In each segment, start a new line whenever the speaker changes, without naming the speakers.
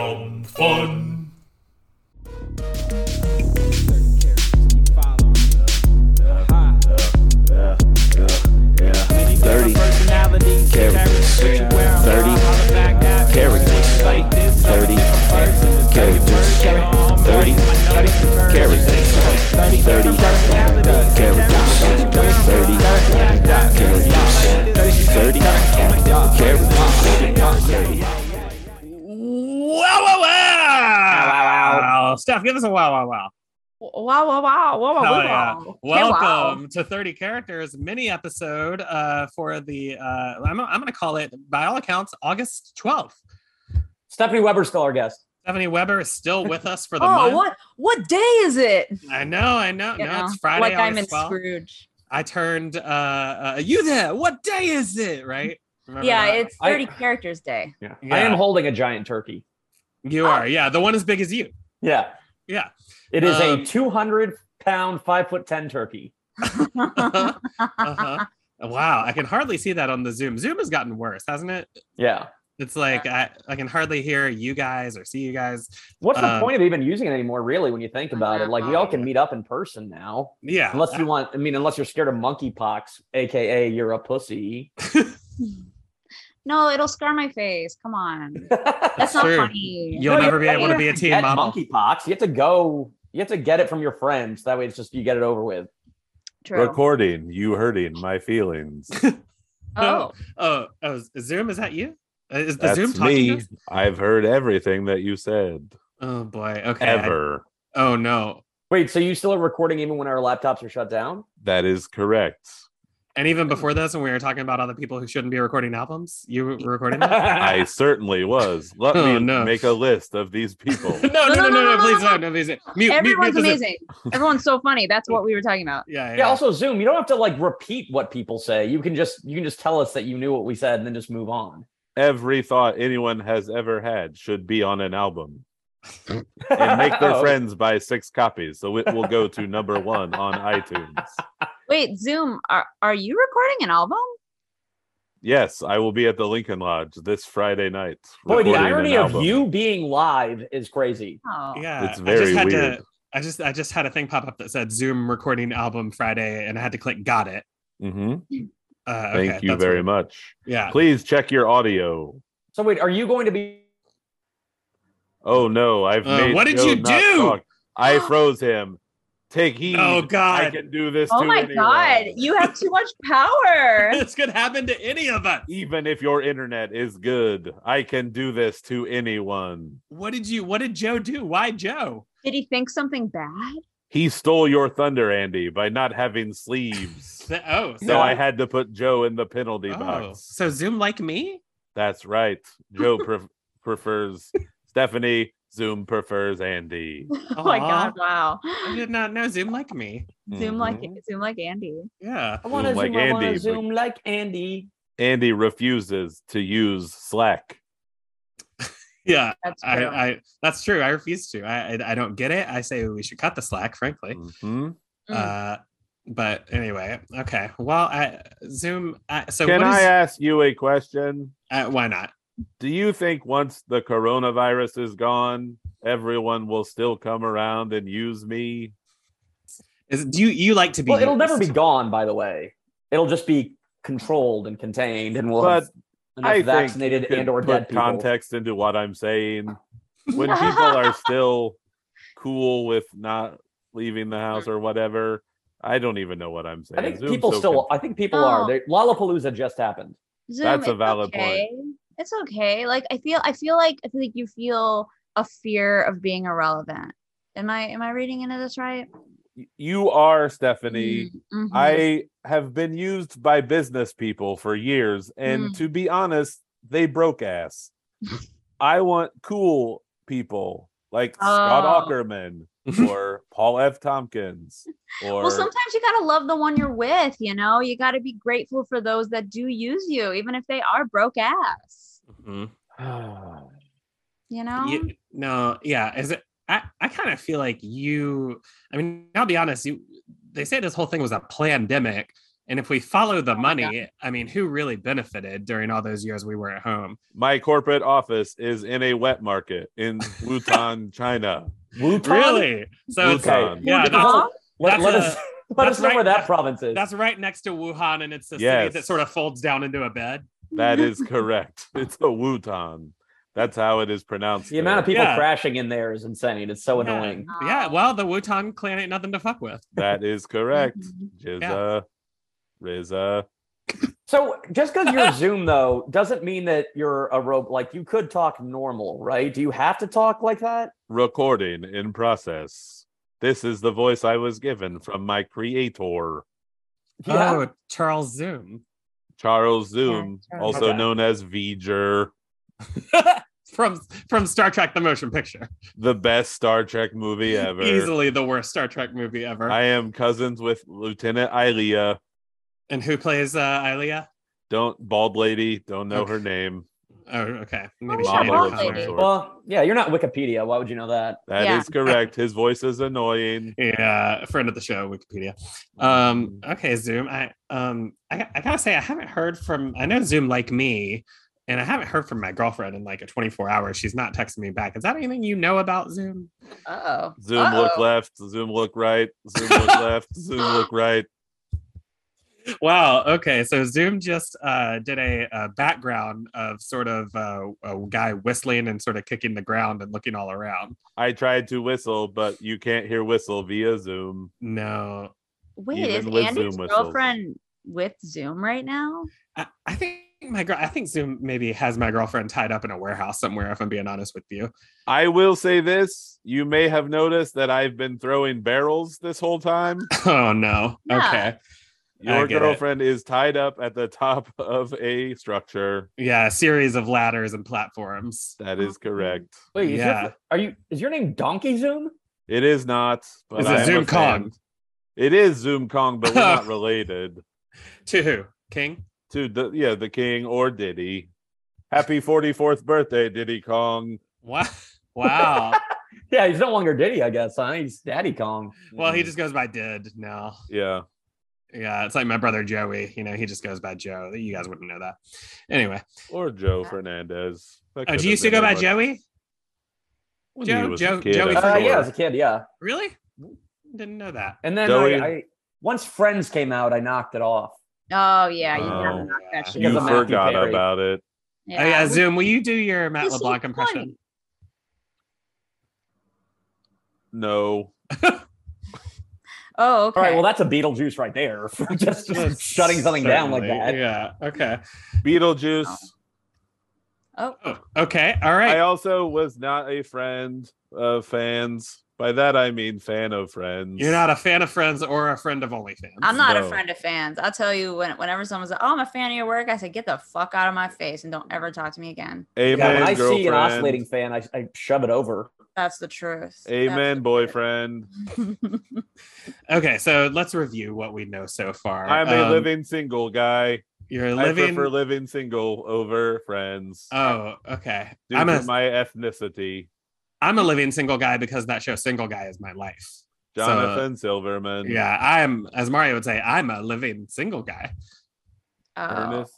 Dumb fun.
Thirty characters. Thirty characters. Like thirty characters. Thirty characters. Thirty characters. Thirty characters. Thirty characters. Thirty.
Wow, wow, wow. Steph, give us a wow, wow, wow.
Wow, wow, wow, wow, wow,
Hell yeah.
wow. Hey, wow.
Welcome to 30 Characters mini episode uh, for the, uh, I'm, I'm going to call it, by all accounts, August 12th.
Stephanie Weber's still our guest.
Stephanie Weber is still with us for the
Oh,
month.
what what day is it?
I know, I know.
You
no,
know,
it's Friday,
like I'm in
August 12th.
Scrooge.
I turned, uh, uh, you there, what day is it, right? Remember
Yeah,
that?
it's
I-
30 characters day.
Yeah.
I am holding a giant turkey.
you are, yeah, the one as big as you.
Yeah.
Yeah.
It is
Um,
a 200 pound, five foot 10 turkey.
uh-huh. Uh-huh. Wow, I can hardly see that on the Zoom. Zoom has gotten worse, hasn't it?
Yeah.
It's like I, I can hardly hear you guys or see you guys.
What's the
Um,
point of even using it anymore, really, when you think about it? Like, we all can meet up in person now.
Yeah.
Unless you want, I mean, unless you're scared of monkeypox, AKA you're a pussy.
No, it'll scar my face. Come on. That's not
true.
funny.
You'll
No,
never be
you-
able to be a teen
Get
model.
monkeypox. You have to go, you have to get it from your friends. That way it's just, you get it over with.
True.
Recording, you hurting my feelings.
Oh,
Oh, oh, is- Zoom, is that you? Uh, Is the
That's
Zoom talking? to
me.
us?
I've heard everything that you said
Oh boy. Okay. I-
ever.
oh no.
Wait, so you still are recording even when our laptops are shut down?
That is correct.
And even before this, when we were talking about all the people who shouldn't be recording albums, you were recording that?
I certainly was. Let
Ah. Oh,
me
no.
make a list of these people.
no, no, no, no, no,
no, no,
please
no.
no, no, please. Mute, mute, mute
everyone's
the Zoom.
amazing. Everyone's so funny. That's what we were talking about.
Yeah,
yeah
yeah.
also zoom you don't have to like repeat what people say you can just you can just tell us that you knew what we said and then just move on
Every thought anyone has ever had should be on an album and make their
Oh,
friends buy six copies. So it will go to number one on iTunes.
Wait, Zoom, are, are you recording an album?
Yes, I will be at the Lincoln Lodge this Friday night.
boy the
recording an
irony of
album.
you being live is crazy
Oh.
yeah.
It's
I just
very
had
weird.
To, I just I just had a thing pop up that said Zoom recording album Friday, and I had to click got it.
hmm
Uh,
Thank
okay,
you
that's
very
weird.
much.
Yeah.
Please check your audio.
so wait are you going to be
Oh no, I've
Uh,
made
what did
Joe
you
not
do?
talk. I froze him. Take heed.
Oh
I
God,
can do this.
Oh
to
my
anyone.
God. You have too much power.
this could happen to any of us.
Even if your internet is good, I can do this to anyone.
What did you? What did Joe do? Why Joe?
Did he think something bad?
He stole your thunder, Andy, by not having sleeves.
Th- Oh, so
So I
I.
had to put Joe in the penalty
Oh,
box.
so Zoom like me?
That's right. Joe pref prefers Stephanie. Zoom prefers Andy.
Oh my God.
Aw,
Wow.
I did not know Zoom like me.
Zoom like
Mm-hmm.
Mhm.
Zoom like Andy.
Yeah.
i want to
Zoom like
zoom i want
Andy,
to
but-
zoom like andy
Andy refuses to use Slack.
Yeah.
That's
I,
true.
I that's true. I refuse to. I, I I don't get it. I say we should cut the slack, frankly.
Mhm.
Mm.
Uh but anyway, okay. Well, I Zoom. I, so
Can
what is-
I uh, ask you a question?
uh, why not?
Do you think once the coronavirus is gone, everyone will still come around and use me?
Is do you you like to be?
well it'll never be
used?
gone by the way it'll just be controlled and contained and we'll have enough
I think
vaccinated
Could
and or
put
dead people
context into what I'm saying. When people are still cool with not leaving the house or whatever, I don't even know what I'm saying.
i think
Zoom's
people
so
still
confusing.
i think people
No.
Oh.
are they, lollapalooza just happened
Zoom,
that's a
it's
valid point.
okay. It's okay. Like I feel, I feel like I feel like you feel a fear of being irrelevant. Am I am I reading into this right?
you are Stephanie.
Mm, mhm.
I have been used by business people for years, and
Mm.
to be honest, they broke ass. I want cool people like Scott
Oh.
Ackerman or Paul F. Tompkins or
well, sometimes you gotta love the one you're with. You know, you gotta be grateful for those that do use you, even if they are broke ass.
Mm-hmm.
You know.
You- no, yeah. Is it? I I kind of feel like you. I mean, I'll be honest. You they say this whole thing was a pandemic, And if we follow the
Oh my
money, I mean, who really benefited during all those years we were at home?
My corporate office is in a wet market in Wutan, China.
Wutan?
Really? So it's,
Okay.
Wutan.
yeah,
Wuhan?
that's,
Let,
That's
let
a-
us let
that's
us know
right-
where that
that's-
province is.
that's right next to Wuhan, and it's a
Yes.
city that sort of folds down into a bed.
That is correct. It's a Wutan. That's how it is pronounced.
the amount of people
Yeah.
crashing in there is insane. It's so
Yeah.
annoying.
Yeah, well, the Wutan clan ain't nothing to fuck with.
That is correct. Jizza,
Yeah.
Rizza.
So just because you're Zoom though doesn't mean that you're a robot. Like you could talk normal, right? Do you have to talk like that?
Recording in process. This is the voice I was given from my creator,
Oh, Charles Zoom
Charles Zoom,
Charles.
also
Okay.
known as V'ger,
from from Star Trek: The Motion Picture,
the best Star Trek movie ever.
easily the worst Star Trek movie ever.
I am cousins with Lieutenant Ilea.
and who plays uh, Ilea?
Don't bald lady. Don't know her
Okay.
name.
Oh, okay.
Oh,
Maybe
yeah,
she made
Bald
a
Lady.
comment.
Well, yeah, you're not Wikipedia. Why would you know that?
That is
Yeah.
correct. His voice is annoying.
Yeah, a friend of the show, Wikipedia. Um, okay, Zoom. I um, I, I gotta say, I haven't heard from. I know Zoom like me, and I haven't heard from my girlfriend in like a 24 hours. She's not texting me back. Is that anything you know about Zoom?
Uh oh.
Zoom look left. Zoom look right. Zoom look left. Zoom look right.
Wow. Okay. So Zoom just uh, did a, uh background of sort of uh, a guy whistling and sort of kicking the ground and looking all around.
I tried to whistle, but you can't hear whistle via Zoom.
No,
Wait, is
Even with
Andy's
Zoom whistles.
girlfriend with Zoom right now?
I, I think my girl. I think Zoom maybe has my girlfriend tied up in a warehouse somewhere. If I'm being honest with you.
I will say this. You may have noticed that I've been throwing barrels this whole time.
Oh no.
Yeah.
Okay. I
Your
get it.
girlfriend is tied up at the top of a structure.
Yeah, a series of ladders and platforms.
That is correct.
Wait, is
Yeah.
your, are you? Is your name Donkey Zoom?
It is not. But
Is
I
it
am
Zoom
a fan.
Kong
It is Zoom Kong, but we're not related.
to who? King?
to the yeah the king or Diddy. Happy 44th birthday, Diddy Kong.
Wow. Wow.
Mm-hmm. Yeah, he's no longer Diddy, I guess. Huh? He's Daddy Kong.
well, he
Mm,
just goes by did now.
yeah.
Yeah, it's like my brother Joey. You know, he just goes by Joe. You guys wouldn't know that. Anyway,
Or Joe Fernandez. That
oh,
could
do you
have
still
been
go by
anyone.
Joey?
When
Joe-
he was a
Joe-
kid,
Joey
I'm
Uh,
Fernandez.
yeah,
sure.
as a kid, yeah.
Really? Didn't know that.
And then I,
Joey-
I once Friends came out, I knocked it off.
Oh yeah, you
Oh,
have to knock that shit
Because
you
of
off.
Matthew
forgot
Perry.
about it.
Oh, yeah, Zoom. Will you do your Matt
This is
LeBlanc impression?
funny.
No.
Oh, okay.
All right, well, that's a Beetlejuice right there. for just, just shutting something down like that.
Certainly, Yeah. Okay.
Beetlejuice.
oh,
Oh, okay. All right.
I also was not a friend of fans. By that I mean fan of friends.
You're not a fan of Friends or a friend of OnlyFans.
I'm not
No.
a friend of fans. I'll tell you when, whenever someone's like, "Oh, I'm a fan of your work," I say, "Get the fuck out of my face and don't ever talk to me again."
Amen,
Yeah, when I
girlfriend.
see an oscillating fan, I, I shove it over.
That's Oh. the truth.
Amen, boyfriend.
boyfriend.
Okay, so let's review what we know so far.
I'm a
Um,
living single guy.
You're a
I
living.
prefer living single over friends.
oh, okay.
due
I'm a
to my ethnicity.
am a living single guy because that show Single Guy is my life. So-
Jonathan Silverman.
Yeah, I'm as Mario would say, I'm a living single guy.
oh.
Ernest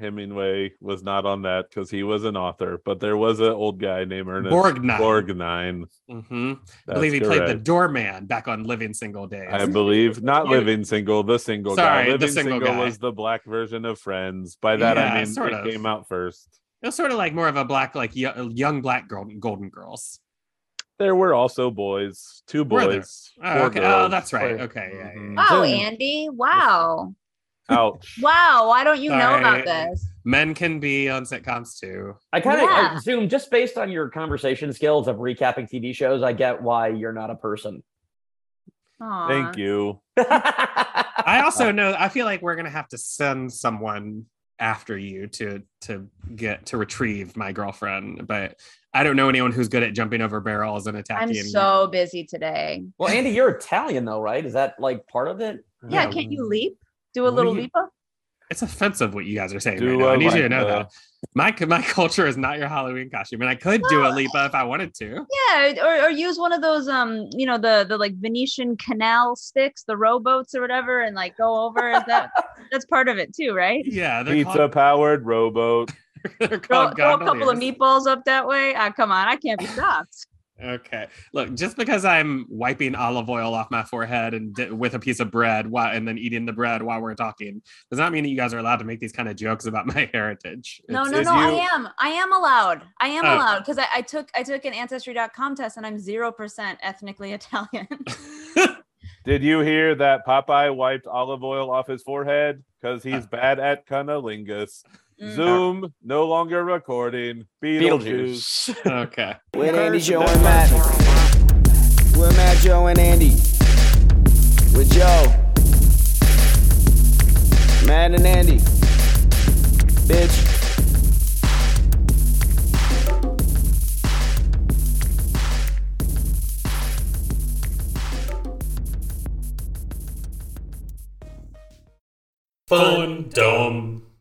Hemingway was not on that because he was an author, but there was an old guy named Ernest
Borgnine.
Borgnine.
hmm I
That's
believe he played the
correct.
doorman back on Living Single Days.
I believe not living single, the single guy.
Sorry, the
Living
single guy.
was the black version of Friends. By that
Yeah,
I mean
sort
it
of.
came out first.
it was sort of like more of a black, like yo- young black girl, Golden Girls.
There were also boys, two
Were there?
boys,
Oh,
four
okay. Oh,
girls. mm-hmm.
that's right.
Wait.
Okay. Yeah, yeah, yeah.
wow,
Zoom.
Oh, Andy! Wow,
Ouch.
wow! Why don't you know about
Sorry.
this?
Men can be on sitcoms too.
I kind of
Yeah.
Zoom just based on your conversation skills of recapping TV shows. I get why you're not a person.
Aw.
Thank you.
I
I also know I feel like we're gonna have to send someone after you to to get to retrieve my girlfriend, but I don't know anyone who's good at jumping over barrels and attacking.
I'm so busy today.
well, Andy, you're Italian though, right? Is that like part of it?
Yeah, can't you leap? Do a
What do
little
you-
leap up?
it's offensive what you guys are saying
Do
right now. I
I
need you to
like
know
the-
that. My my culture is not your Halloween costume, and I could do a
Well,
Lipa if I wanted to.
Yeah, or, or use one of those um, you know, the the like Venetian canal sticks, the rowboats or whatever, and like go over. Is that that's part of it too, right?
Yeah, they're
Pizza
called,
powered rowboat.
they're
Throw,
called
throw a couple of
gondoliers.
meatballs up that way. Ah, come on, I can't be stopped.
Okay. Look, just because I'm wiping olive oil off my forehead and di- with a piece of bread while, and then eating the bread while we're talking does not mean that you guys are allowed to make these kind of jokes about my heritage.
No,
It's-
no,
it's
no.
you-
I am. I am allowed. I am
Oh.
allowed because I, I took I took an ancestry.com test and I'm zero percent ethnically Italian.
Did you hear that Popeye wiped olive oil off his forehead? Because he's
Uh.
bad at cunnilingus.
Mm.
Zoom, no longer recording. Beetlejuice.
Beetlejuice.
okay.
With Andy,
Curse
Joe,
and
and Matt. With Matt, Joe, and Andy. With Joe. Matt and Andy. Bitch.
Fun Dome